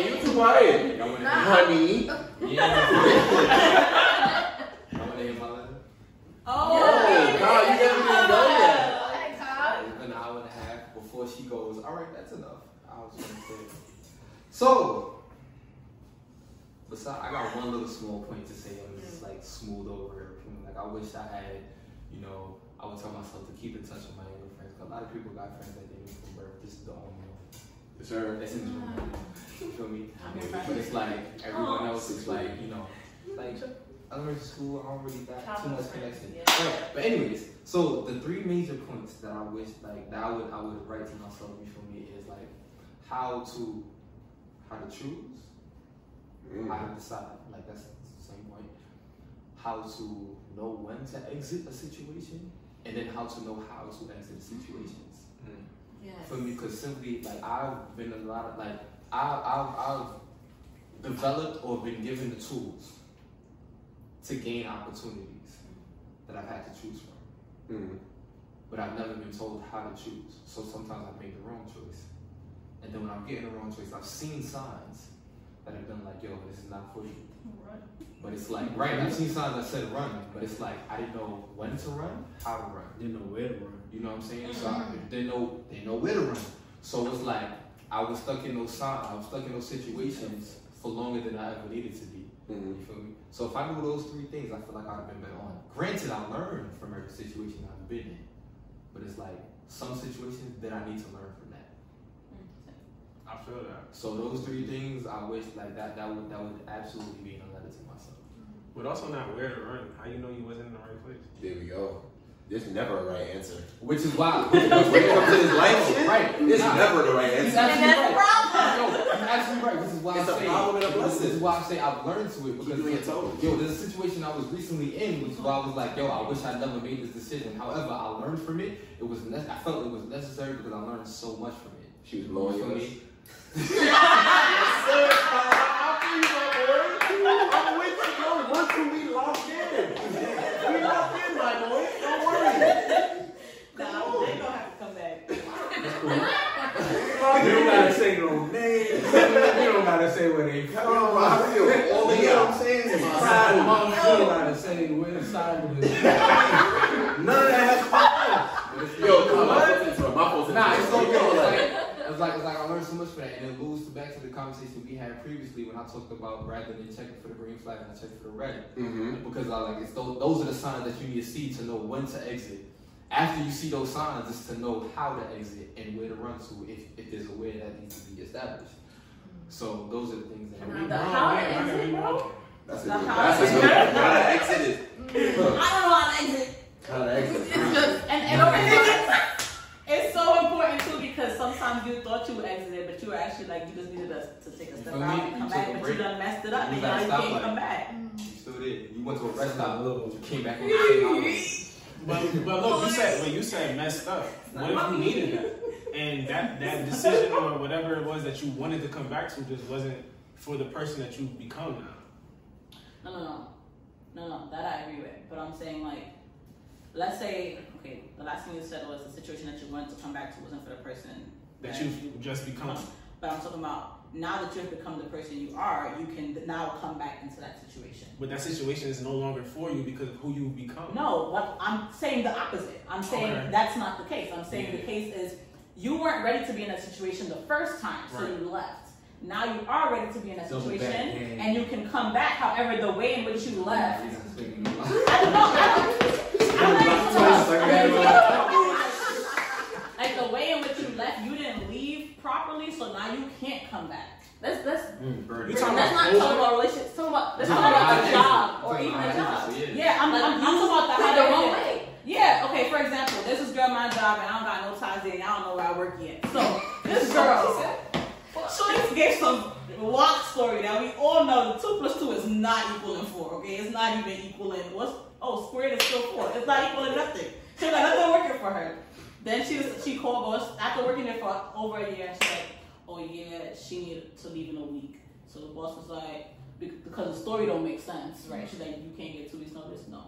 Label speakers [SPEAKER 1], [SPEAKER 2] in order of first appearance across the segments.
[SPEAKER 1] quiet.
[SPEAKER 2] Y'all wanna
[SPEAKER 3] Nah.
[SPEAKER 1] Honey.
[SPEAKER 2] hear- Yeah. Y'all wanna hear my letter?
[SPEAKER 1] Oh, God, you never even done that.
[SPEAKER 2] an hour and a half before she goes, all right, that's enough. I was gonna say. So, besides, I got one little small point to say. I'm just like smoothed over everything. Like I wish I had, you know, I would tell myself to keep in touch with my younger friends. 'cause a lot of people got friends that they knew from birth. This is the only one.
[SPEAKER 1] Yes, sir.
[SPEAKER 2] That's in this room. You feel me?
[SPEAKER 3] I'm your
[SPEAKER 2] But it's like everyone else is like, you know, like elementary school, I don't really got too
[SPEAKER 3] Childhood
[SPEAKER 2] much
[SPEAKER 3] friends,
[SPEAKER 2] connection.
[SPEAKER 3] yeah.
[SPEAKER 2] Right. But anyways, so the three major points that I wish like that I would I would write to myself, you feel me, is like how to how to choose, how
[SPEAKER 1] Mm.
[SPEAKER 2] to decide. Like that's the same point. How to know when to exit a situation and then how to know how to exit situations for me because simply like I've been a lot of like I, I've, I've developed or been given the tools to gain opportunities that I've had to choose from,
[SPEAKER 1] Mm.
[SPEAKER 2] but I've never been told how to choose. So sometimes I've made the wrong choice, and then when I'm getting the wrong choice, I've seen signs that have been like, "Yo, this is not for you." But it's like, right? I've seen signs that said run, but it's like I didn't know when to run, how to run.
[SPEAKER 4] Didn't know where to run.
[SPEAKER 2] You know what I'm saying? So I, they know they know where to run. So it's like I was stuck in those signs, I was stuck in those situations for longer than I ever needed to be.
[SPEAKER 1] Mm.
[SPEAKER 2] You feel me? So if I knew those three things, I feel like I'd have been better on. it. Granted, I learned from every situation I've been in, but it's like some situations that I need to learn from that.
[SPEAKER 5] I feel that.
[SPEAKER 2] So those three things, I wish like that that would that would absolutely be in a letter to myself.
[SPEAKER 5] But also not where to run. How you know you wasn't in the right place?
[SPEAKER 1] There we go. There's never a right answer.
[SPEAKER 2] Which is why,
[SPEAKER 1] When it comes to this life shit,
[SPEAKER 2] right?
[SPEAKER 1] There's
[SPEAKER 2] Nah.
[SPEAKER 1] never the right
[SPEAKER 2] He's
[SPEAKER 1] answer.
[SPEAKER 2] absolutely
[SPEAKER 3] And that's a
[SPEAKER 2] right. No, you're absolutely right. This is why
[SPEAKER 1] It's
[SPEAKER 2] I
[SPEAKER 1] a
[SPEAKER 2] say
[SPEAKER 1] problem and a blessing.
[SPEAKER 2] This is why I say I've learned to it
[SPEAKER 1] Keep doing your
[SPEAKER 2] because
[SPEAKER 1] toes.
[SPEAKER 2] yo, there's a situation I was recently in, which where I was like, yo, I wish I never made this decision. However, I learned from it. It was ne- I felt it was necessary because I learned so much from it.
[SPEAKER 1] She was blowing
[SPEAKER 2] For
[SPEAKER 1] your
[SPEAKER 2] me,
[SPEAKER 1] I'm with you, bro. Once we locked in, we locked in, my boy. Don't worry.
[SPEAKER 2] that's cool.
[SPEAKER 5] you don't gotta say no names. you don't gotta say where they come
[SPEAKER 1] Come
[SPEAKER 5] from.
[SPEAKER 1] on, I feel all the
[SPEAKER 5] You know what I'm
[SPEAKER 1] y'all.
[SPEAKER 5] saying? It's
[SPEAKER 4] I
[SPEAKER 5] pride.
[SPEAKER 4] don't know to say where side of it.
[SPEAKER 5] None of that has
[SPEAKER 1] Yo, come on. My phone's in
[SPEAKER 2] Nah, it's so
[SPEAKER 1] trouble.
[SPEAKER 2] good. It's like, it's like, it's like I learned so much from that, and it leads to back to the conversation we had previously when I talked about rather than checking for the green flag and I checked for the red.
[SPEAKER 1] Mhm.
[SPEAKER 2] Because I like it's those, those are the signs that you need to see to know when to exit. After you see those signs, is to know how to exit and where to run to if, if there's a way that needs to be established. So those are the things that
[SPEAKER 3] And
[SPEAKER 2] we
[SPEAKER 3] I'm
[SPEAKER 5] to
[SPEAKER 3] The
[SPEAKER 2] learn.
[SPEAKER 3] how
[SPEAKER 5] Wait, why
[SPEAKER 3] is
[SPEAKER 5] did
[SPEAKER 3] it,
[SPEAKER 5] we
[SPEAKER 3] bro?
[SPEAKER 5] walk?
[SPEAKER 1] That's a
[SPEAKER 3] The
[SPEAKER 1] good.
[SPEAKER 3] house
[SPEAKER 1] That's a
[SPEAKER 3] is
[SPEAKER 1] good.
[SPEAKER 3] not-
[SPEAKER 1] How to exit it. How to
[SPEAKER 3] It's
[SPEAKER 1] exit.
[SPEAKER 3] just, and, and it's, it's so important too because sometimes you thought you exited, but you were actually like you just needed us to take a step
[SPEAKER 2] For me,
[SPEAKER 3] out and
[SPEAKER 2] you
[SPEAKER 3] come
[SPEAKER 2] took a
[SPEAKER 3] back, but you
[SPEAKER 2] break.
[SPEAKER 3] done messed it up
[SPEAKER 2] You
[SPEAKER 3] and
[SPEAKER 2] was at
[SPEAKER 3] now
[SPEAKER 2] a
[SPEAKER 3] you can't
[SPEAKER 2] stoplight.
[SPEAKER 3] come back.
[SPEAKER 2] You still did. You went to a rest
[SPEAKER 4] That's not
[SPEAKER 2] stop,
[SPEAKER 4] little.
[SPEAKER 2] came back on the same hour.
[SPEAKER 5] But, but look, you said when you said messed up. What if you needed that? And that that decision or whatever it was that you wanted to come back to just wasn't for the person that you've become now.
[SPEAKER 3] No, no, no, no, no. That I agree with, but I'm saying like, let's say okay, the last thing you said was the situation that you wanted to come back to wasn't for the person
[SPEAKER 5] That you've just become.
[SPEAKER 3] But I'm talking about now that you have become the person you are, you can now come back into that situation.
[SPEAKER 5] But that situation is no longer for you because of who you've become.
[SPEAKER 3] No, what I'm saying the opposite. I'm saying
[SPEAKER 5] Okay.
[SPEAKER 3] that's not the case. I'm saying the case is you weren't ready to be in that situation the first time, so
[SPEAKER 5] Right.
[SPEAKER 3] you left. Now you are ready to be in that
[SPEAKER 4] Double back,
[SPEAKER 3] situation,
[SPEAKER 4] yeah.
[SPEAKER 3] and you can come back. However, the way in which you left,
[SPEAKER 2] Like,
[SPEAKER 3] I don't know. I don't, I'm not even talking about- Like the way in which you left, you didn't leave properly, so now you can't come back. That's that's
[SPEAKER 5] You
[SPEAKER 3] Let's
[SPEAKER 5] talking
[SPEAKER 3] not
[SPEAKER 5] about
[SPEAKER 3] talk
[SPEAKER 5] over?
[SPEAKER 3] about relationships. Talk about let's
[SPEAKER 2] No,
[SPEAKER 3] talk about
[SPEAKER 2] I-
[SPEAKER 3] a job or
[SPEAKER 2] I-
[SPEAKER 3] even
[SPEAKER 2] I-
[SPEAKER 3] a job.
[SPEAKER 2] yeah.
[SPEAKER 3] Yeah, I'm,
[SPEAKER 6] Like,
[SPEAKER 3] I'm,
[SPEAKER 6] you
[SPEAKER 3] I'm talking
[SPEAKER 6] took
[SPEAKER 3] about
[SPEAKER 6] the
[SPEAKER 3] the
[SPEAKER 6] wrong
[SPEAKER 3] wrong
[SPEAKER 6] way.
[SPEAKER 3] way. Yeah. Okay. For example, there's this girl at my job, and I don't got no ties there, and I don't know where I work yet. So this girl, Shorty gave some rock story that we all know. Two plus two is not equaling four. Okay, it's not even equaling what's oh squared is still four. It's not equaling nothing. She got nothing working for her. Then she was, she called us after working there for over a year. She's like, oh yeah, she needed to leave in a week. So the boss was like, be- because the story don't make sense, right? She's like, you can't get two weeks notice. No.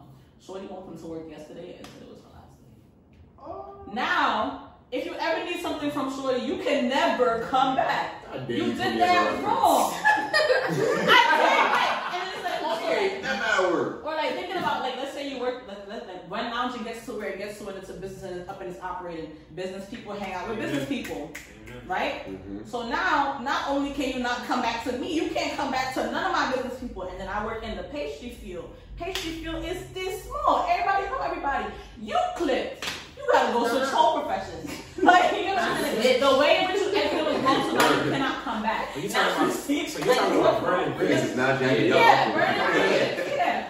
[SPEAKER 3] Shorty won't come to work yesterday and said it was her last day. Oh. Now, if you ever need something from Shorty, you can never come back.
[SPEAKER 1] I dare
[SPEAKER 3] You
[SPEAKER 1] to be
[SPEAKER 3] did
[SPEAKER 1] a
[SPEAKER 3] that
[SPEAKER 1] reference.
[SPEAKER 3] wrong. I can't, like, and it's like, okay.
[SPEAKER 1] Okay, that bad word.
[SPEAKER 3] Or like thinking about like let's say you work like, let like when lounging gets to where it gets to when it's a business and it's up and it's operating. Business people hang out with business people, right?
[SPEAKER 1] Mm-hmm.
[SPEAKER 3] So now not only can you not come back to me, you can't come back to none of my business people. And then I work in the pastry field. Pastry field is this small. Everybody know everybody. You clipped. You gotta go switch whole professions. Like you know what I'm saying? The way in which you exit was wrong, so you cannot come back.
[SPEAKER 5] But you
[SPEAKER 3] Now
[SPEAKER 5] talking about-
[SPEAKER 3] see,
[SPEAKER 5] so you talking about burning
[SPEAKER 1] This
[SPEAKER 5] bridges?
[SPEAKER 1] is not Janet.
[SPEAKER 2] Yeah,
[SPEAKER 3] Yeah,
[SPEAKER 1] Y'all-
[SPEAKER 3] burning bridges. Yeah.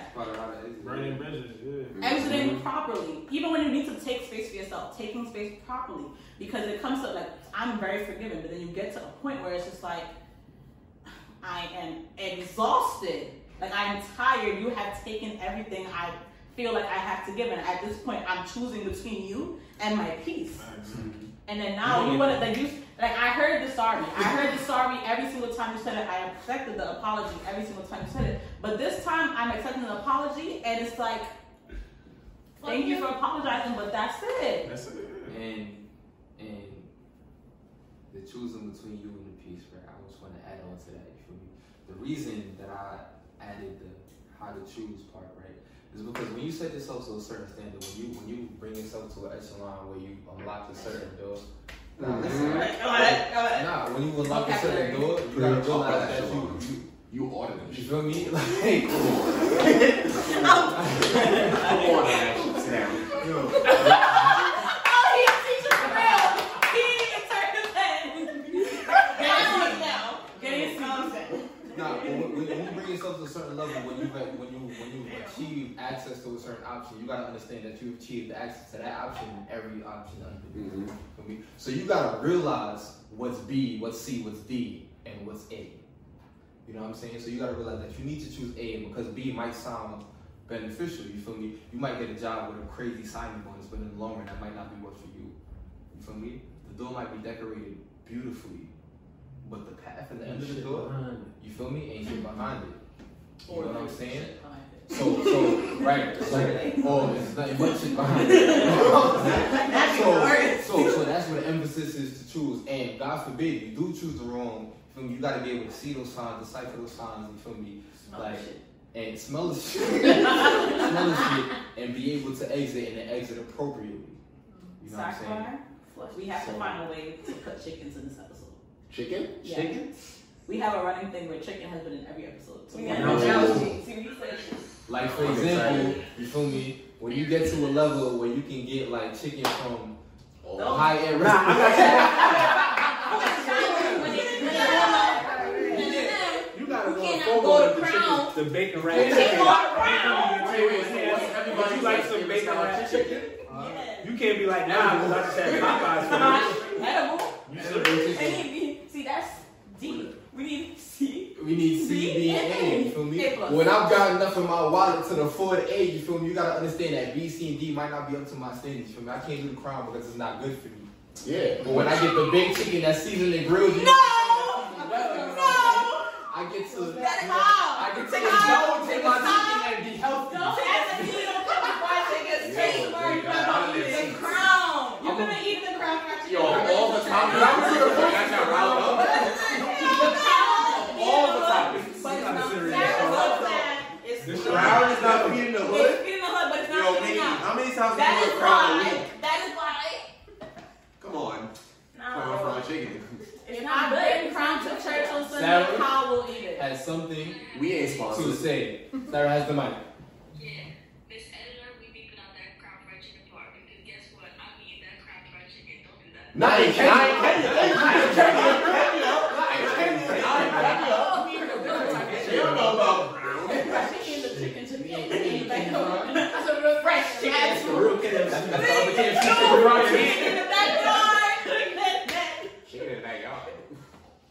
[SPEAKER 5] Burning bridges, yeah.
[SPEAKER 1] Mm-hmm.
[SPEAKER 3] exiting properly. Even when you need to take space for yourself, taking space properly. Because it comes to like I'm very forgiving, but then you get to a point where it's just like I am exhausted. Like I'm tired. You have taken everything I feel like I have to give, and at this point, I'm choosing between you and my peace. And then now you want to like you like I heard the sorry. I heard the sorry every single time you said it. I accepted the apology every single time you said it. But this time I'm accepting the apology and it's like thank you for apologizing, but that's it.
[SPEAKER 5] That's it.
[SPEAKER 2] And and the choosing between you and the peace, right? I just want to add on to that. You feel me? The reason that I added the how to choose part, right, is because when you set yourself to a certain standard, when you when you bring yourself to an echelon where you unlock a certain door. Nah, listen. Nah, when you unlock a certain door, you gotta realize that you
[SPEAKER 1] You ordered
[SPEAKER 2] You
[SPEAKER 1] this.
[SPEAKER 2] feel me? Like,
[SPEAKER 1] You ordered that shit now.
[SPEAKER 2] nah, when, when, when you bring yourself to a certain level, when you like, when you when you achieve access to a certain option, you gotta understand that you achieved access to that option in every option under. you.
[SPEAKER 1] Mhm.
[SPEAKER 2] Feel me? So you gotta realize what's B, what's C, what's D, and what's A. You know what I'm saying? So you gotta realize that you need to choose A because B might sound beneficial. You feel me? You might get a job with a crazy signing bonus, but in the long run, that might not be what for you. You feel me? The door might be decorated beautifully, but the path at the end of the door, you feel me, ain't shit behind it. You know what I'm saying? So, so right, so oh, it's not much shit behind it. so, so, so that's where the emphasis is to choose. And God forbid you do choose the wrong. You feel me? You gotta be able to see those signs, decipher those signs. You feel me? Like and smell the shit, smell the shit, and be able to exit and then exit appropriately. You know what I'm saying?
[SPEAKER 3] Sidebar, we have to find a way to cut chickens in this episode.
[SPEAKER 1] Chicken?
[SPEAKER 3] Yeah.
[SPEAKER 1] Chicken?
[SPEAKER 3] We have a running thing where chicken has been in every episode. So we have
[SPEAKER 1] No.
[SPEAKER 2] Like for
[SPEAKER 1] I'm
[SPEAKER 2] example, you feel me? When you get to a level where you can get like chicken from
[SPEAKER 1] Oh.
[SPEAKER 2] a high end
[SPEAKER 4] Nah, I got
[SPEAKER 2] restaurant,
[SPEAKER 4] You gotta
[SPEAKER 6] You
[SPEAKER 4] go
[SPEAKER 6] cannot
[SPEAKER 4] forward
[SPEAKER 6] go to
[SPEAKER 4] with the chicken-
[SPEAKER 6] Crown.
[SPEAKER 4] The bacon
[SPEAKER 3] Chicken on
[SPEAKER 1] Wait, wait, so what's
[SPEAKER 4] Would
[SPEAKER 1] everybody's
[SPEAKER 4] you like some
[SPEAKER 1] favorite
[SPEAKER 4] bacon
[SPEAKER 1] style of
[SPEAKER 4] wrapped
[SPEAKER 1] chicken?
[SPEAKER 4] chicken?
[SPEAKER 3] Yes.
[SPEAKER 4] You can't be like, nah, because I just had Popeyes for lunch.
[SPEAKER 3] Edible.
[SPEAKER 5] You
[SPEAKER 2] Yeah.
[SPEAKER 5] should.
[SPEAKER 3] They need B. See, that's D. We need C.
[SPEAKER 2] we need C, B, and A. You feel me? When I've got enough in my wallet to afford A, you feel me? You gotta understand that B, C, and D might not be up to my standards. You feel me? I can't do the crown because it's not good for me.
[SPEAKER 1] Yeah.
[SPEAKER 2] But when I get the big chicken that's seasoned and grilled, you
[SPEAKER 3] No!
[SPEAKER 2] I get to
[SPEAKER 3] That's how.
[SPEAKER 2] I get to
[SPEAKER 3] Take out.
[SPEAKER 2] indulge in my chicken and be healthy.
[SPEAKER 3] Don't ask me. Don't come and buy tickets. Take where you're not gonna eat the crown. You're gonna eat the crown after
[SPEAKER 1] Yo,
[SPEAKER 3] you eat
[SPEAKER 1] all the
[SPEAKER 3] chicken.
[SPEAKER 2] I'm
[SPEAKER 1] time.
[SPEAKER 2] to the point-
[SPEAKER 1] I got riled up.
[SPEAKER 3] Hell no.
[SPEAKER 1] All the time.
[SPEAKER 3] But it's not
[SPEAKER 4] serious.
[SPEAKER 3] that is upset. It's
[SPEAKER 5] This
[SPEAKER 3] clean.
[SPEAKER 1] Brown is not feeding the hood.
[SPEAKER 3] It's clean in the hood, but it's
[SPEAKER 1] Yo,
[SPEAKER 3] not
[SPEAKER 1] Minnie,
[SPEAKER 3] clean out.
[SPEAKER 1] how many times
[SPEAKER 3] That
[SPEAKER 1] have you
[SPEAKER 3] is
[SPEAKER 1] heard crown a
[SPEAKER 3] why.
[SPEAKER 1] week?
[SPEAKER 3] That is why.
[SPEAKER 1] Come on. Crown
[SPEAKER 3] No.
[SPEAKER 1] fried chicken.
[SPEAKER 3] If I bring crown to church on Sunday,
[SPEAKER 2] Sarah?
[SPEAKER 3] Kyle will eat it.
[SPEAKER 2] Has something
[SPEAKER 1] We ain't
[SPEAKER 2] to
[SPEAKER 1] sponsored.
[SPEAKER 2] say. Sarah has the mic.
[SPEAKER 6] Yeah, Miss Editor, we beeping out that crap fried chicken part because guess what? I'm eating that crap fried chicken. Don't do that.
[SPEAKER 2] Not in Kenya.
[SPEAKER 1] Not in Kenya.
[SPEAKER 2] Not in Kenya.
[SPEAKER 1] They don't know about
[SPEAKER 3] Chicken, the chicken, chicken, chicken, back door. That's a real fresh chicken.
[SPEAKER 4] Real kid.
[SPEAKER 2] That's all the kids
[SPEAKER 3] No,
[SPEAKER 2] do.
[SPEAKER 3] chicken in the back door. That- that-
[SPEAKER 1] chicken in that yard.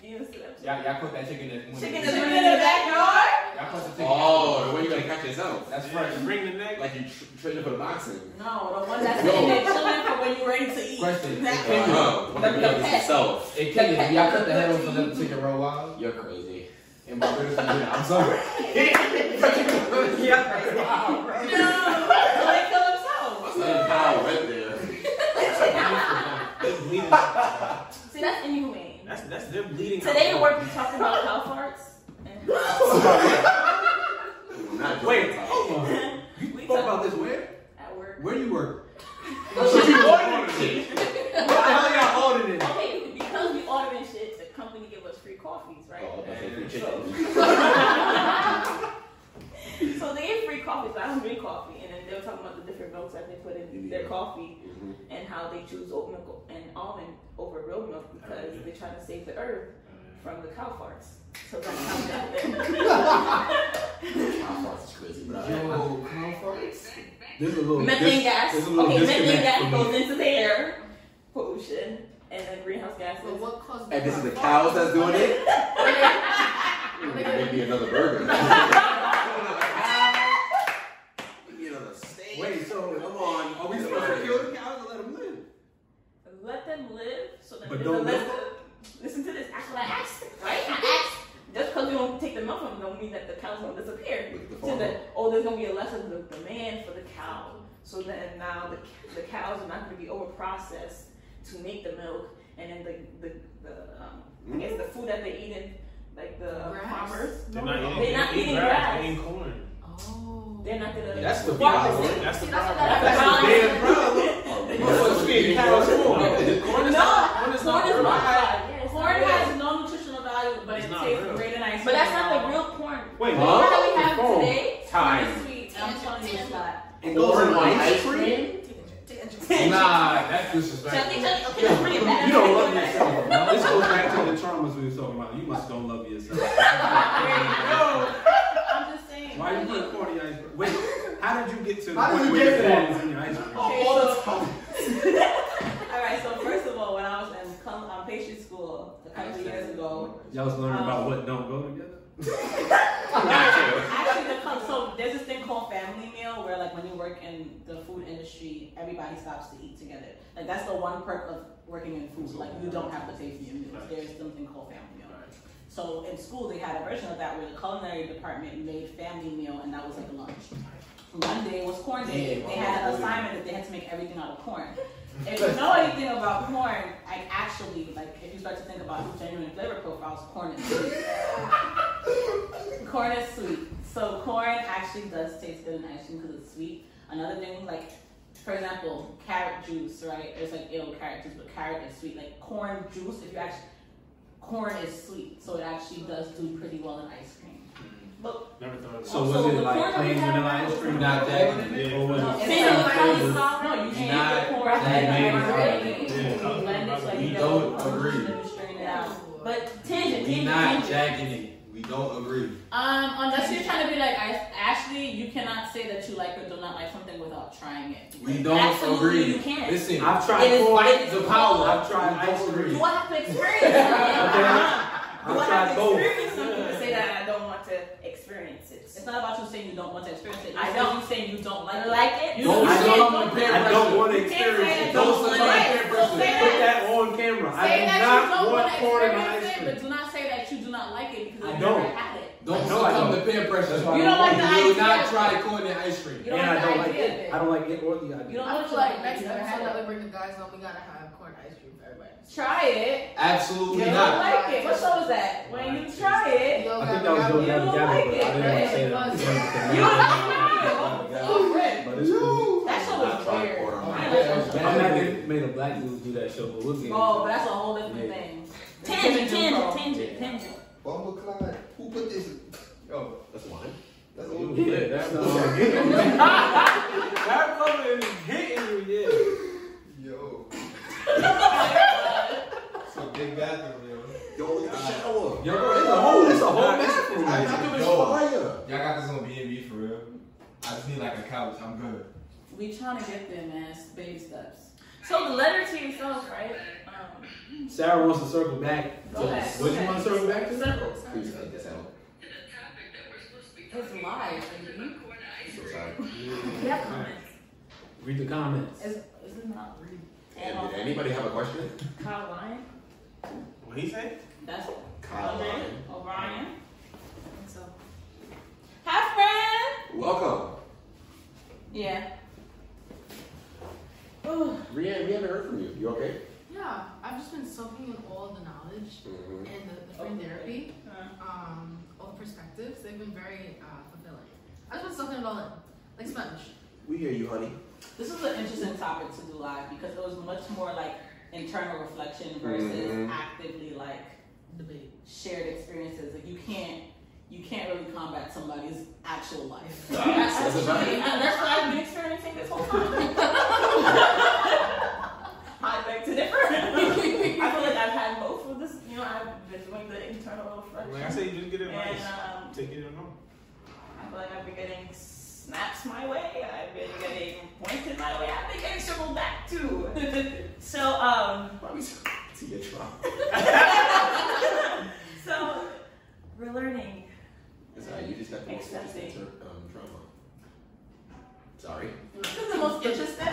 [SPEAKER 3] You see that?
[SPEAKER 2] Y'all, y'all cook that chicken in
[SPEAKER 3] Chicken is in the backyard?
[SPEAKER 2] Y'all cook the chicken.
[SPEAKER 1] Oh, the way you gotta catch yourself.
[SPEAKER 2] That's
[SPEAKER 5] Yeah,
[SPEAKER 2] fresh.
[SPEAKER 5] Bring the neck.
[SPEAKER 1] Like you tr- training for the boxing.
[SPEAKER 3] No, the one that's
[SPEAKER 1] No.
[SPEAKER 3] in there chilling for when you're ready to eat.
[SPEAKER 2] Question.
[SPEAKER 3] That
[SPEAKER 2] Can
[SPEAKER 3] one.
[SPEAKER 1] Uh-huh. What if you
[SPEAKER 2] Let me-
[SPEAKER 1] got yourself?
[SPEAKER 2] Hey, Kenya, do y'all cut the head off of them chicken roll wild?
[SPEAKER 1] You're crazy.
[SPEAKER 2] In Barbados, we do that. I'm sorry.
[SPEAKER 3] No, they kill themselves.
[SPEAKER 1] That's not power right there.
[SPEAKER 5] That's bleeding. That's
[SPEAKER 6] See, that's inhumane.
[SPEAKER 5] that's them bleeding.
[SPEAKER 6] Today
[SPEAKER 5] out.
[SPEAKER 6] at work, we talked about cow farts and how
[SPEAKER 1] Oh.
[SPEAKER 3] and they were talking about the different milks that they put in
[SPEAKER 1] Yeah.
[SPEAKER 3] their coffee
[SPEAKER 1] Mm-hmm.
[SPEAKER 3] and how they choose oat milk and almond over real milk because they're trying to save the earth from the cow farts. So don't count that then.
[SPEAKER 1] crazy,
[SPEAKER 2] Yo,
[SPEAKER 1] bro.
[SPEAKER 2] how far is-
[SPEAKER 6] Back, back
[SPEAKER 5] There's a little.
[SPEAKER 3] methane
[SPEAKER 5] dis-
[SPEAKER 3] gas.
[SPEAKER 5] there's a little
[SPEAKER 3] Okay, methane
[SPEAKER 5] disconnect
[SPEAKER 3] gas
[SPEAKER 5] for me.
[SPEAKER 3] goes into the air, pollution, and then greenhouse gases.
[SPEAKER 7] But what caused
[SPEAKER 1] And this is the cows that's doing it? Maybe another burger. Maybe another steak.
[SPEAKER 4] Wait, so
[SPEAKER 1] Come on.
[SPEAKER 4] are we supposed to kill the cows or let them live?
[SPEAKER 3] Let them live so that
[SPEAKER 4] But
[SPEAKER 3] there's
[SPEAKER 4] don't
[SPEAKER 3] a list of- listen to this. Actually, I asked, right? I asked. Just because we don't take the milk from them don't mean that the cow's gonna disappear.
[SPEAKER 1] Look at the
[SPEAKER 3] So
[SPEAKER 1] farm.
[SPEAKER 3] that oh, there's gonna be a less of the demand for the cow. So then now the c- the cows are not gonna be over processed to make the milk, and then the the, the um, I guess the food that they're eating, like the
[SPEAKER 7] Grass.
[SPEAKER 3] farmers,
[SPEAKER 5] They're not eating,
[SPEAKER 3] They're not
[SPEAKER 5] they eat
[SPEAKER 3] eating
[SPEAKER 5] grass.
[SPEAKER 3] grass.
[SPEAKER 5] They eat corn.
[SPEAKER 7] Oh.
[SPEAKER 3] they're not gonna.
[SPEAKER 2] That's the
[SPEAKER 3] Why
[SPEAKER 2] problem.
[SPEAKER 3] is
[SPEAKER 5] That's the
[SPEAKER 7] See, that's
[SPEAKER 5] problem.
[SPEAKER 7] another
[SPEAKER 5] That's the
[SPEAKER 3] problem.
[SPEAKER 5] damn problem. Motherfuckers feeding cows corn.
[SPEAKER 2] Corn is
[SPEAKER 3] No,
[SPEAKER 2] not, corn is
[SPEAKER 3] corn
[SPEAKER 2] not
[SPEAKER 3] is
[SPEAKER 2] real.
[SPEAKER 3] modified.
[SPEAKER 7] Yeah, it's
[SPEAKER 3] Corn
[SPEAKER 7] not
[SPEAKER 3] has no nutritional value, but
[SPEAKER 5] It's
[SPEAKER 3] it
[SPEAKER 5] not
[SPEAKER 3] tastes
[SPEAKER 5] real.
[SPEAKER 3] great and ice.
[SPEAKER 7] But that's not
[SPEAKER 3] the real corn.
[SPEAKER 5] Wait,
[SPEAKER 3] The
[SPEAKER 1] Huh?
[SPEAKER 3] corn that we have
[SPEAKER 5] Phone.
[SPEAKER 3] today,
[SPEAKER 5] Time.
[SPEAKER 3] corn is sweet. I'm telling you, it's not.
[SPEAKER 1] It goes in my ice cream?
[SPEAKER 2] Nah, that's disrespectful.
[SPEAKER 3] Chucky, Chucky, okay, let's bring it back.
[SPEAKER 4] You don't love yourself. This goes back to the traumas we were talking about. You must don't love yourself.
[SPEAKER 3] I'm just saying.
[SPEAKER 4] Why you put corn in your ice cream? Wait, how did you get to the
[SPEAKER 1] How did
[SPEAKER 4] point
[SPEAKER 1] you
[SPEAKER 4] where
[SPEAKER 1] get
[SPEAKER 4] your
[SPEAKER 1] to
[SPEAKER 4] corn
[SPEAKER 1] that?
[SPEAKER 4] was in your ice
[SPEAKER 2] Oh,
[SPEAKER 4] cream?
[SPEAKER 3] Okay,
[SPEAKER 1] All
[SPEAKER 3] so-
[SPEAKER 1] the time.
[SPEAKER 3] All right, so first of all, when I was in com- um, pastry school a couple of years ago,
[SPEAKER 4] Y'all was learning
[SPEAKER 3] Um,
[SPEAKER 4] about what don't go together?
[SPEAKER 3] actually, the com- so there's this thing called family meal where, like, when you work in the food industry, everybody stops to eat together. Like, that's the one perk of working in food. Like, you don't have to pay for your meals. There's something called family meal. So in school, they had a version of that where the culinary department made family meal, and that was like lunch. One day was corn day.
[SPEAKER 2] Yeah,
[SPEAKER 3] they had an
[SPEAKER 2] wow.
[SPEAKER 3] assignment that they had to make everything out of corn. If you know anything about corn, like actually, like if you start to think about genuine flavor profiles, corn is sweet. corn is sweet. So corn actually does taste good in ice cream because it's sweet. Another thing, like for example, carrot juice, right? It's like ill carrot juice, but carrot is sweet. Like corn juice, if you actually corn is sweet, so it actually does do pretty well in ice cream.
[SPEAKER 5] Never thought of that.
[SPEAKER 4] So
[SPEAKER 3] Also,
[SPEAKER 4] was
[SPEAKER 3] the
[SPEAKER 4] it like
[SPEAKER 3] corn
[SPEAKER 4] plain
[SPEAKER 3] we have
[SPEAKER 4] vanilla
[SPEAKER 3] now
[SPEAKER 4] ice
[SPEAKER 3] is
[SPEAKER 4] cream?
[SPEAKER 2] Not that.
[SPEAKER 5] Yeah.
[SPEAKER 4] Or was
[SPEAKER 3] No,
[SPEAKER 4] it
[SPEAKER 3] it's not like
[SPEAKER 7] flavors.
[SPEAKER 3] it's not- no, you can't
[SPEAKER 2] Not
[SPEAKER 3] get the corn.
[SPEAKER 2] that
[SPEAKER 3] out
[SPEAKER 2] many
[SPEAKER 3] of the
[SPEAKER 2] flavors.
[SPEAKER 3] corn.
[SPEAKER 5] Yeah.
[SPEAKER 3] You blend it so
[SPEAKER 5] We
[SPEAKER 3] you
[SPEAKER 2] don't
[SPEAKER 3] get the corn
[SPEAKER 2] agree.
[SPEAKER 3] and you strain it out. But tangent,
[SPEAKER 2] We
[SPEAKER 3] tangent,
[SPEAKER 2] not
[SPEAKER 3] tangent.
[SPEAKER 2] jacking it. We don't agree.
[SPEAKER 3] Um, unless you're trying to be like Ash- Ashley, you cannot say that you like or do not like something without trying it.
[SPEAKER 2] We don't
[SPEAKER 3] Absolutely,
[SPEAKER 2] agree.
[SPEAKER 3] You can't.
[SPEAKER 2] Listen,
[SPEAKER 4] I've
[SPEAKER 3] It
[SPEAKER 4] tried
[SPEAKER 3] is-
[SPEAKER 4] corn.
[SPEAKER 3] it is-
[SPEAKER 2] the power.
[SPEAKER 4] I've tried ice
[SPEAKER 3] Do
[SPEAKER 4] cream.
[SPEAKER 3] I have to experience it? Do I
[SPEAKER 4] I've
[SPEAKER 3] have
[SPEAKER 4] tried
[SPEAKER 3] to
[SPEAKER 4] both.
[SPEAKER 3] experience something to say that I don't want to experience it? It's not about you saying you don't want to experience it. I don't. You saying you don't like, it. You
[SPEAKER 2] Don't-
[SPEAKER 3] you
[SPEAKER 2] I
[SPEAKER 3] saying
[SPEAKER 2] don't
[SPEAKER 3] you
[SPEAKER 2] compare
[SPEAKER 4] I
[SPEAKER 2] pressure.
[SPEAKER 4] don't want to
[SPEAKER 3] You can't
[SPEAKER 4] experience
[SPEAKER 3] say
[SPEAKER 4] it.
[SPEAKER 3] that
[SPEAKER 4] Don't
[SPEAKER 3] don't
[SPEAKER 4] put
[SPEAKER 3] want
[SPEAKER 4] that-
[SPEAKER 3] it. So
[SPEAKER 4] put
[SPEAKER 3] say that.
[SPEAKER 4] that on camera. I
[SPEAKER 7] Say
[SPEAKER 4] do
[SPEAKER 7] that you
[SPEAKER 4] not
[SPEAKER 7] don't
[SPEAKER 4] want
[SPEAKER 7] want to
[SPEAKER 4] corn in my
[SPEAKER 7] experience it,
[SPEAKER 4] ice cream.
[SPEAKER 7] but do not say that you do not like it because
[SPEAKER 4] I
[SPEAKER 7] I've
[SPEAKER 4] don't.
[SPEAKER 7] never had it.
[SPEAKER 2] Don't
[SPEAKER 4] No, I
[SPEAKER 2] succumb
[SPEAKER 4] don't.
[SPEAKER 2] to peer pressure.
[SPEAKER 4] That's why I
[SPEAKER 3] You don't like the ice
[SPEAKER 2] You do not
[SPEAKER 7] cream.
[SPEAKER 2] try corn and ice cream.
[SPEAKER 7] You
[SPEAKER 4] And I don't like
[SPEAKER 7] idea of
[SPEAKER 4] it. I don't like it or the idea.
[SPEAKER 3] You don't
[SPEAKER 7] I
[SPEAKER 3] want
[SPEAKER 7] feel
[SPEAKER 3] to
[SPEAKER 7] like
[SPEAKER 3] like
[SPEAKER 7] next
[SPEAKER 3] it. You never
[SPEAKER 7] episode
[SPEAKER 3] had it.
[SPEAKER 7] that we bring the guys on, we gotta have corn ice cream for everybody.
[SPEAKER 3] Try it.
[SPEAKER 2] Absolutely
[SPEAKER 3] You don't
[SPEAKER 2] not.
[SPEAKER 3] like it. What show is that? When you try it,
[SPEAKER 7] Yo,
[SPEAKER 4] I
[SPEAKER 7] guys,
[SPEAKER 4] think that was
[SPEAKER 7] we
[SPEAKER 4] going
[SPEAKER 7] gotta-
[SPEAKER 4] down
[SPEAKER 3] don't
[SPEAKER 4] together,
[SPEAKER 3] like
[SPEAKER 4] but
[SPEAKER 3] it,
[SPEAKER 4] I didn't want to say that.
[SPEAKER 7] right?
[SPEAKER 3] you don't like it.
[SPEAKER 4] But it's cool.
[SPEAKER 3] That show
[SPEAKER 1] I
[SPEAKER 3] was
[SPEAKER 1] tried
[SPEAKER 3] weird.
[SPEAKER 1] quarter on
[SPEAKER 3] I
[SPEAKER 1] my
[SPEAKER 3] like
[SPEAKER 1] ice
[SPEAKER 3] that
[SPEAKER 1] cream.
[SPEAKER 4] I'm mad they made a black dude do that show, but we'll get into
[SPEAKER 3] Oh, but
[SPEAKER 4] it.
[SPEAKER 3] that's a whole different
[SPEAKER 4] Yeah.
[SPEAKER 3] thing.
[SPEAKER 7] Tangent, tangent,
[SPEAKER 3] tangent, tangent.
[SPEAKER 1] Bumble Clyde, who put this? Yo, that's mine. That's old.
[SPEAKER 4] Yeah, that's um, that mother is hitting you, yeah.
[SPEAKER 1] Yo. so big bathroom, yo. Yo, look at the shower.
[SPEAKER 4] Yo, bro, it's a whole, it's a whole bathroom.
[SPEAKER 1] I
[SPEAKER 4] right
[SPEAKER 1] thought
[SPEAKER 4] there.
[SPEAKER 1] it was fire.
[SPEAKER 8] Y'all got this on BNB for real. I just need like a couch. I'm good.
[SPEAKER 3] We trying to get there, man. It's Baby steps.
[SPEAKER 7] So the letter to yourself, right? Um,
[SPEAKER 4] Sarah wants to circle back.
[SPEAKER 3] Go ahead,
[SPEAKER 4] What
[SPEAKER 3] go
[SPEAKER 4] you want to circle back to?
[SPEAKER 7] circle.
[SPEAKER 1] Please cut this out.
[SPEAKER 6] to the topic that we're supposed to be
[SPEAKER 7] It's
[SPEAKER 6] talking
[SPEAKER 7] live,
[SPEAKER 6] about, which is
[SPEAKER 7] baby.
[SPEAKER 6] about corn and
[SPEAKER 1] I'm
[SPEAKER 6] ice
[SPEAKER 1] so
[SPEAKER 6] cream.
[SPEAKER 1] sorry.
[SPEAKER 7] Yeah, comments.
[SPEAKER 4] Read the comments.
[SPEAKER 3] Is, is it not real?
[SPEAKER 1] And did anybody have a question?
[SPEAKER 3] Kyle Lyon?
[SPEAKER 5] What he say?
[SPEAKER 3] That's
[SPEAKER 1] Kyle Lyon.
[SPEAKER 3] O'Brien.
[SPEAKER 7] So
[SPEAKER 3] Hi, friend.
[SPEAKER 1] Welcome.
[SPEAKER 3] Yeah. Ooh.
[SPEAKER 1] Rian, we haven't heard from you. You okay?
[SPEAKER 7] yeah, I've just been soaking in all the knowledge
[SPEAKER 1] Mm-hmm.
[SPEAKER 7] and the, the friend therapy.
[SPEAKER 3] Uh,
[SPEAKER 7] um, all the perspectives. They've been very uh, fulfilling. I just want something it all in, like sponge.
[SPEAKER 1] We hear you, honey.
[SPEAKER 3] This is an interesting topic to do live because it was much more like internal reflection versus
[SPEAKER 1] Mhm.
[SPEAKER 3] actively like
[SPEAKER 7] Debate.
[SPEAKER 3] shared experiences. Like you can't. You can't really combat somebody's actual life. That's,
[SPEAKER 1] That's a
[SPEAKER 3] that's,
[SPEAKER 1] fact.
[SPEAKER 3] that's what I've been experiencing. um, I've been getting snaps my way. I've been getting pointed my way. I've been getting circled back too. so, um,
[SPEAKER 1] Why we to your trial?
[SPEAKER 3] so we're learning.
[SPEAKER 1] It's alright, you just got the most
[SPEAKER 3] Accepting.
[SPEAKER 1] interesting ter- um, drama. Sorry.
[SPEAKER 7] This is the most interesting.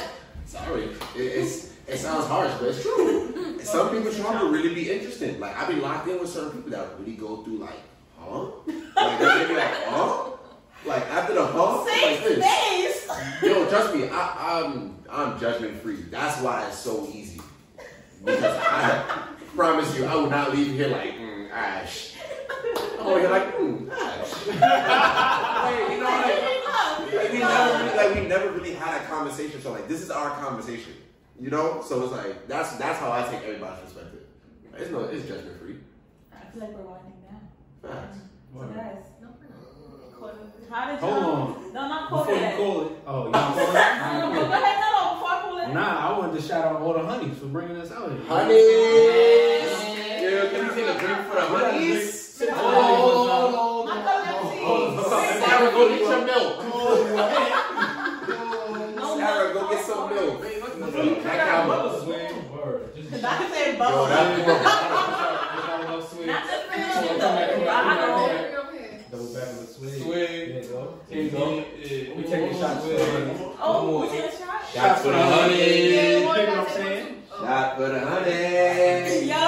[SPEAKER 1] Sorry. It, it's, it sounds harsh, but it's true. Some people's trauma really be interesting. Like, I've been locked in with certain people that really go through, like, huh? Like, they be like, huh? Like, after the huh?
[SPEAKER 3] Safe
[SPEAKER 1] like this.
[SPEAKER 3] space.
[SPEAKER 1] Yo, trust me, I, I'm I'm judgment free. That's why it's so easy. Because I promise you, I will not leave here like mm, ash. I'm over here like mm, ash. like, you know, like, like, we never really, like we never really had a conversation. So like, this is our conversation. You know, so it's like that's that's how I take everybody's perspective. Like, it's no, it's judgment free.
[SPEAKER 3] I feel like we're winding down.
[SPEAKER 1] Facts.
[SPEAKER 3] So guys,
[SPEAKER 7] No, we're not.
[SPEAKER 3] how did
[SPEAKER 4] Hold
[SPEAKER 3] y'all-
[SPEAKER 4] on.
[SPEAKER 3] No, not
[SPEAKER 4] Before you
[SPEAKER 3] COVID.
[SPEAKER 4] call it, oh,
[SPEAKER 3] No, no, no,
[SPEAKER 4] you
[SPEAKER 3] go
[SPEAKER 4] know,
[SPEAKER 3] ahead. No, no, before I pull it.
[SPEAKER 4] Nah, I wanted to shout out all the honeys for bringing us out here.
[SPEAKER 1] Honey, yeah, can we take a drink for the honeys?
[SPEAKER 4] Sit down.
[SPEAKER 1] Oh,
[SPEAKER 3] My cup of tea.
[SPEAKER 1] Sarah, go get your milk.
[SPEAKER 3] No,
[SPEAKER 1] Sarah,
[SPEAKER 3] no,
[SPEAKER 1] go get some milk.
[SPEAKER 2] Look
[SPEAKER 1] That cowboy.
[SPEAKER 2] Word. Just
[SPEAKER 3] Cause I can say
[SPEAKER 1] Yo,
[SPEAKER 3] both.
[SPEAKER 1] that
[SPEAKER 3] Not just for
[SPEAKER 7] Come
[SPEAKER 3] you,
[SPEAKER 7] on,
[SPEAKER 3] though. I don't.
[SPEAKER 7] We're over here.
[SPEAKER 2] Double back with Swig.
[SPEAKER 5] Swig.
[SPEAKER 2] There you go.
[SPEAKER 5] Here you go. Yeah.
[SPEAKER 2] We taking shots for the honeys.
[SPEAKER 3] Oh, we take a shot.
[SPEAKER 1] That's for the honey.
[SPEAKER 7] You
[SPEAKER 4] what I'm
[SPEAKER 7] guys take
[SPEAKER 4] saying?
[SPEAKER 7] one, two. Oh.
[SPEAKER 1] Not for the honey.
[SPEAKER 3] Yo.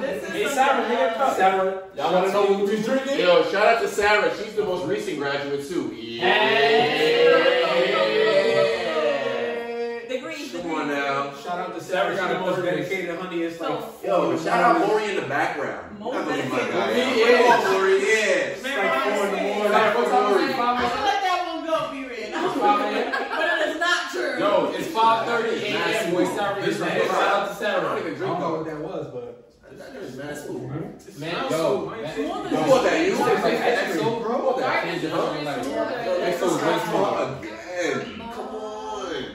[SPEAKER 3] This is
[SPEAKER 5] Hey,
[SPEAKER 3] some-
[SPEAKER 5] Sarah, get your cup.
[SPEAKER 4] Sarah,
[SPEAKER 1] Y'all wanna know what we
[SPEAKER 4] be drinking?
[SPEAKER 1] Yo, shout out to Sarah. She's the most recent graduate too. Yeah.
[SPEAKER 3] Degrees,
[SPEAKER 1] Come on
[SPEAKER 3] degrees.
[SPEAKER 1] now.
[SPEAKER 4] Shout out to Sarah, she's the most dedicated honey. It's like,
[SPEAKER 3] So,
[SPEAKER 1] Yo, shout out Lori in the background.
[SPEAKER 3] More
[SPEAKER 1] That was my
[SPEAKER 3] benefit.
[SPEAKER 1] guy.
[SPEAKER 4] Yeah.
[SPEAKER 1] Come on, Lori. Yeah.
[SPEAKER 4] it's like four in the morning.
[SPEAKER 1] Shout out to Lori.
[SPEAKER 3] I should let that one go, be real. But it is not true.
[SPEAKER 2] Yo, it's 5:30 a.m. Boy, Sarah,
[SPEAKER 1] This
[SPEAKER 2] this
[SPEAKER 1] is
[SPEAKER 2] man. Shout out to
[SPEAKER 1] I don't
[SPEAKER 2] Sarah.
[SPEAKER 1] even
[SPEAKER 4] I
[SPEAKER 1] drink
[SPEAKER 4] don't know
[SPEAKER 1] though.
[SPEAKER 4] what that was, but
[SPEAKER 1] That is mad smooth.
[SPEAKER 2] Man,
[SPEAKER 5] Sounds so
[SPEAKER 2] yo.
[SPEAKER 5] nice.
[SPEAKER 2] that-
[SPEAKER 5] Who
[SPEAKER 2] yo,
[SPEAKER 1] You want that? You want
[SPEAKER 2] it's like
[SPEAKER 1] that? That's so
[SPEAKER 2] XO,
[SPEAKER 1] bro. You want that?
[SPEAKER 2] Kids are hungry, like,
[SPEAKER 1] That's
[SPEAKER 2] XO is way smaller.
[SPEAKER 1] again. Come on.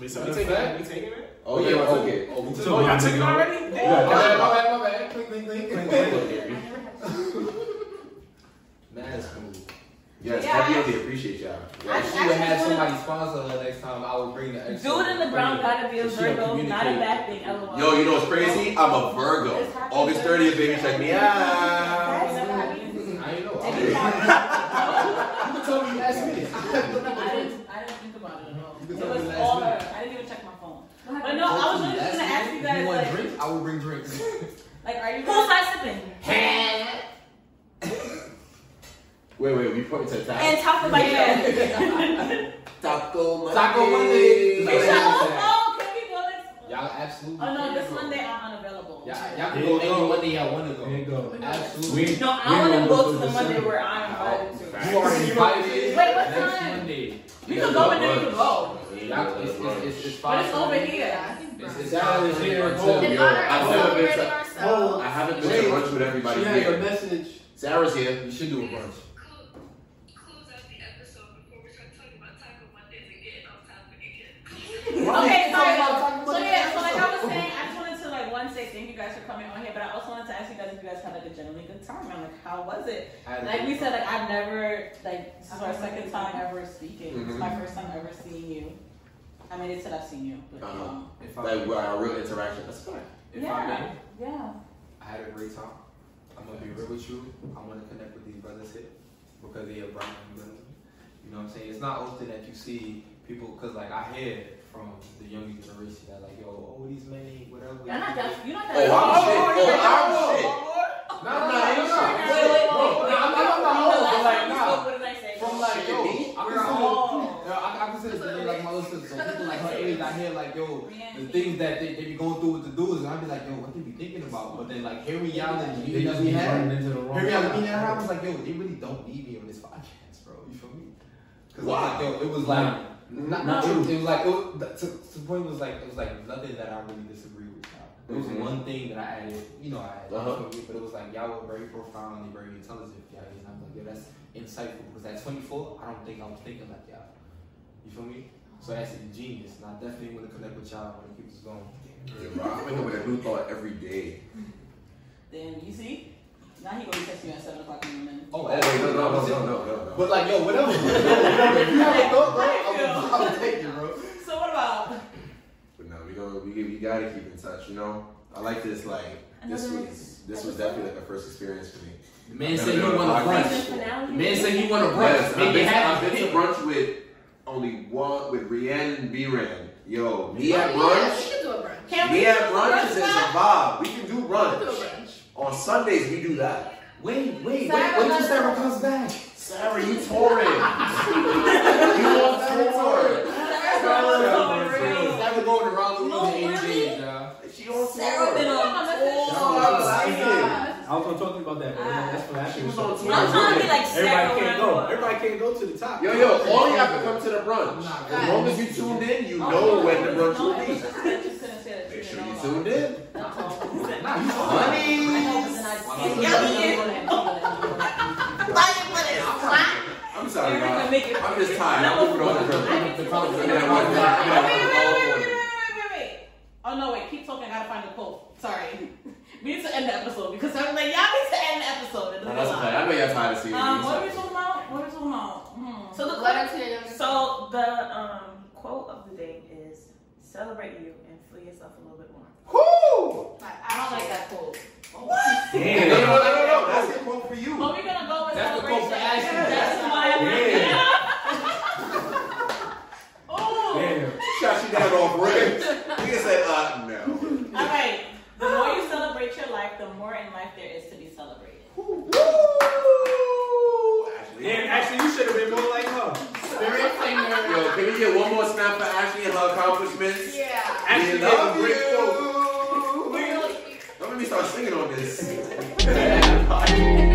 [SPEAKER 5] Wait,
[SPEAKER 2] so
[SPEAKER 5] so
[SPEAKER 2] we
[SPEAKER 5] we
[SPEAKER 2] taking-
[SPEAKER 5] taking it? We taking it?
[SPEAKER 1] Oh yeah, oh, okay. Oh, we took
[SPEAKER 5] Oh, y'all took it already?
[SPEAKER 1] Yeah.
[SPEAKER 2] My bad, my bad, my bad. Clink, clink, clink, clink, clink.
[SPEAKER 1] Mad smooth. Yes,
[SPEAKER 3] Yeah,
[SPEAKER 1] happy
[SPEAKER 3] I-
[SPEAKER 1] birthday. Appreciate y'all.
[SPEAKER 2] If
[SPEAKER 1] Yes.
[SPEAKER 2] she would have somebody sponsor her next time, I would bring the XO.
[SPEAKER 3] Dude in the brown gotta be a
[SPEAKER 2] She don't
[SPEAKER 3] Virgo, not a
[SPEAKER 2] communicate.
[SPEAKER 3] bad thing, otherwise.
[SPEAKER 1] Yo, you know what's crazy? I'm a Virgo.
[SPEAKER 3] It's happy
[SPEAKER 1] August 30th, baby. Check me out.
[SPEAKER 3] That's not easy.
[SPEAKER 2] I ain't know.
[SPEAKER 3] I
[SPEAKER 2] I was- You told me last minute.
[SPEAKER 3] didn't, I didn't think about it at all. It was all her. I didn't even check my phone. But no, I was really just gonna ask you
[SPEAKER 2] You
[SPEAKER 3] guys,
[SPEAKER 2] want
[SPEAKER 3] like,
[SPEAKER 2] drinks? I will bring drinks.
[SPEAKER 3] like, are you? Who's I sipping?
[SPEAKER 1] Wait, wait, we pointed to
[SPEAKER 3] And
[SPEAKER 1] that.
[SPEAKER 3] talk about that.
[SPEAKER 1] Taco Monday.
[SPEAKER 2] Taco Monday.
[SPEAKER 3] Is that all?
[SPEAKER 2] Yeah.
[SPEAKER 3] Oh, can we go this?
[SPEAKER 2] Y'all absolutely.
[SPEAKER 3] Oh no,
[SPEAKER 2] can
[SPEAKER 3] this
[SPEAKER 2] go.
[SPEAKER 3] Monday I'm unavailable.
[SPEAKER 2] Y'all, y'all can go any Monday y'all want to
[SPEAKER 4] there you
[SPEAKER 2] go.
[SPEAKER 4] go.
[SPEAKER 2] Absolutely.
[SPEAKER 1] We-
[SPEAKER 3] No, I want to go to the Monday where I'm invited to.
[SPEAKER 2] You are
[SPEAKER 3] Wait,
[SPEAKER 2] invited.
[SPEAKER 3] what
[SPEAKER 2] Next
[SPEAKER 3] time?
[SPEAKER 2] Monday.
[SPEAKER 3] We can go and then we can go.
[SPEAKER 2] Y'all, it's, it's, it's, it's
[SPEAKER 3] But
[SPEAKER 2] five.
[SPEAKER 3] it's over here.
[SPEAKER 2] It's, it's
[SPEAKER 4] Y'all is here.
[SPEAKER 2] until-
[SPEAKER 7] In
[SPEAKER 1] Yo,
[SPEAKER 7] honor
[SPEAKER 1] I've
[SPEAKER 7] of
[SPEAKER 1] never been
[SPEAKER 7] celebrating
[SPEAKER 1] to-
[SPEAKER 7] ourselves.
[SPEAKER 1] Oh, I haven't been to brunch with everybody
[SPEAKER 4] She had your
[SPEAKER 1] here.
[SPEAKER 4] message.
[SPEAKER 1] Sarah's here.
[SPEAKER 2] You should do a brunch.
[SPEAKER 6] Close out the episode before we start talking about Taco Mondays and getting off topic again.
[SPEAKER 3] Okay, sorry. So yeah, so like I was saying, I just wanted to like one say thank you guys for coming on here, but I also wanted to ask you guys if you guys had like a genuinely good time. I'm like, how was it? Like we said, like I've never like this is our second time ever speaking. It's my first time ever seeing you. I mean, it said I've seen you, but
[SPEAKER 1] Uh-huh.
[SPEAKER 3] um,
[SPEAKER 2] If I,
[SPEAKER 1] Like, our real interaction. That's fine.
[SPEAKER 2] if I may.
[SPEAKER 3] yeah.
[SPEAKER 2] I had a great time. I'm gonna be real with you. I wanna connect with these brothers here because they are brown and brothers. You know what I'm saying? It's not often that you see people because like I hear from the younger generation that like yo, oh these men ain't whatever.
[SPEAKER 3] You're not that. You're not that.
[SPEAKER 1] Oh, I'm shit. Oh, I'm shit.
[SPEAKER 2] No, no, no,
[SPEAKER 3] Wait,
[SPEAKER 2] no, no.
[SPEAKER 3] wait, wait.
[SPEAKER 2] Bro, nah, I'm not- I'm not old, but,
[SPEAKER 3] The last time
[SPEAKER 2] like,
[SPEAKER 3] we
[SPEAKER 2] nah.
[SPEAKER 3] spoke, what did I say? Oh.
[SPEAKER 2] From like yo,
[SPEAKER 1] Me?
[SPEAKER 2] I
[SPEAKER 3] We're all-
[SPEAKER 2] consider, yo, I, I consider this like my little sister. So people like her age, I hear like yo, the things that they, they be going through with the dudes, and I be like yo, what they be thinking about? But then like hearing y'all and
[SPEAKER 4] They
[SPEAKER 2] you
[SPEAKER 4] just
[SPEAKER 2] that
[SPEAKER 4] be
[SPEAKER 2] we had.
[SPEAKER 4] running into the wrong.
[SPEAKER 2] Maybe I was
[SPEAKER 4] crowd.
[SPEAKER 2] meeting her. I was like, yo, they really don't need me on this podcast, bro. You feel me? Cause
[SPEAKER 1] Why?
[SPEAKER 2] like, yo, it was like, not, not
[SPEAKER 4] True.
[SPEAKER 2] it, it was like, it was, to, to the point was like, it was like nothing that I really disagree with y'all. There was
[SPEAKER 1] Mhm.
[SPEAKER 2] one thing that I added, you know, I added,
[SPEAKER 1] Uh-huh.
[SPEAKER 2] you feel me? but it was like y'all were very profound and very intelligent, y'all. And I'm like, yo, that's insightful because at 24, I don't think I was thinking like y'all. You feel me? So that's ingenious, and I definitely want to connect with y'all when it keeps going.
[SPEAKER 1] Yeah, bro, I wake up with a new thought every day.
[SPEAKER 3] Then you see, Now he gonna text you at seven o'clock in the morning.
[SPEAKER 2] Oh,
[SPEAKER 1] Oh, wait, no, no, no, no, no, no, no.
[SPEAKER 2] But like, yo, whatever. if you have a thought, bro,
[SPEAKER 3] I feel-
[SPEAKER 2] I'm gonna take it, bro.
[SPEAKER 3] Oh. So what about
[SPEAKER 1] But no, we go. We, we gotta keep in touch. You know, I like this. Like this
[SPEAKER 3] Another
[SPEAKER 1] was this was definitely like a first experience for me.
[SPEAKER 2] The man
[SPEAKER 1] No,
[SPEAKER 2] said
[SPEAKER 1] no,
[SPEAKER 2] he
[SPEAKER 1] no,
[SPEAKER 2] want a
[SPEAKER 1] I-
[SPEAKER 2] brunch. The man said he want a brunch.
[SPEAKER 1] Yes, I've
[SPEAKER 2] Make it
[SPEAKER 1] been, I've
[SPEAKER 2] happen.
[SPEAKER 1] been to brunch with only one with Rihanna and B-Ran. Yo, me at
[SPEAKER 7] yeah, we
[SPEAKER 1] brunch.
[SPEAKER 7] can do a brunch.
[SPEAKER 3] can we
[SPEAKER 1] Me
[SPEAKER 3] do
[SPEAKER 1] at
[SPEAKER 3] a
[SPEAKER 1] brunch is a
[SPEAKER 3] spot?
[SPEAKER 1] vibe. We can do
[SPEAKER 7] We can do a
[SPEAKER 1] brunch
[SPEAKER 7] brunch.
[SPEAKER 1] on Sundays. We do that.
[SPEAKER 2] Wait, wait, wait, wait
[SPEAKER 7] Sarah
[SPEAKER 2] till
[SPEAKER 7] loves-
[SPEAKER 2] Sarah comes back.
[SPEAKER 1] Sarah, you touring? you on tour?
[SPEAKER 3] Sarah's going
[SPEAKER 1] Sarah's
[SPEAKER 3] for real.
[SPEAKER 2] Sarah going around the
[SPEAKER 3] No,
[SPEAKER 2] room and
[SPEAKER 3] really?
[SPEAKER 2] James, y'all.
[SPEAKER 1] She on
[SPEAKER 3] Sarah been
[SPEAKER 1] tour?
[SPEAKER 3] on
[SPEAKER 1] Sarah
[SPEAKER 3] tour.
[SPEAKER 1] was active.
[SPEAKER 4] I was gonna talk to you about that. But that's what happened.
[SPEAKER 1] She was on tour.
[SPEAKER 3] I'm trying to be like Sarah. when I
[SPEAKER 4] Everybody can't
[SPEAKER 3] grow
[SPEAKER 4] go.
[SPEAKER 3] up.
[SPEAKER 4] Everybody can't go to the top.
[SPEAKER 1] Yo, yo, all you have to come to the brunch.
[SPEAKER 2] not
[SPEAKER 1] As long as you tuned in, you
[SPEAKER 3] Oh,
[SPEAKER 1] know when the brunch will be. Make sure you tuned in. I'm sorry, guys. I'm just tired. I'm moving on to brunch.
[SPEAKER 3] Oh no, wait, keep talking, I gotta find the quote. Sorry. We need to end the episode because I'm like, y'all need to end the episode. It
[SPEAKER 1] No,
[SPEAKER 3] doesn't
[SPEAKER 1] that's okay. I
[SPEAKER 3] lie.
[SPEAKER 1] know y'all tired of seeing
[SPEAKER 3] Um, what are we
[SPEAKER 1] me.
[SPEAKER 3] talking about? What are we talking about? Hmm.
[SPEAKER 7] So the letter to your youngest.
[SPEAKER 9] So the um, quote of the day is celebrate you and feel yourself a little bit more.
[SPEAKER 1] Woo!
[SPEAKER 7] I don't like that quote.
[SPEAKER 1] No, no, no, no, no. That's the quote for you.
[SPEAKER 3] But we're gonna go with
[SPEAKER 2] That's the
[SPEAKER 3] celebration.
[SPEAKER 2] quote for Ashley.
[SPEAKER 3] That's why I'm Oh,
[SPEAKER 4] Damn.
[SPEAKER 1] Shot you down off rip. You can say, uh, no.
[SPEAKER 3] all right. The more you celebrate your life, the more in life there is to be celebrated.
[SPEAKER 1] Woo! Ashley.
[SPEAKER 4] Damn, actually, you should have been more like her.
[SPEAKER 1] Yo, can we get one more snap for Ashley and her accomplishments?
[SPEAKER 7] Yeah.
[SPEAKER 1] we
[SPEAKER 4] Ashley
[SPEAKER 1] love
[SPEAKER 4] gave a great
[SPEAKER 1] you. Don't let me start singing on this.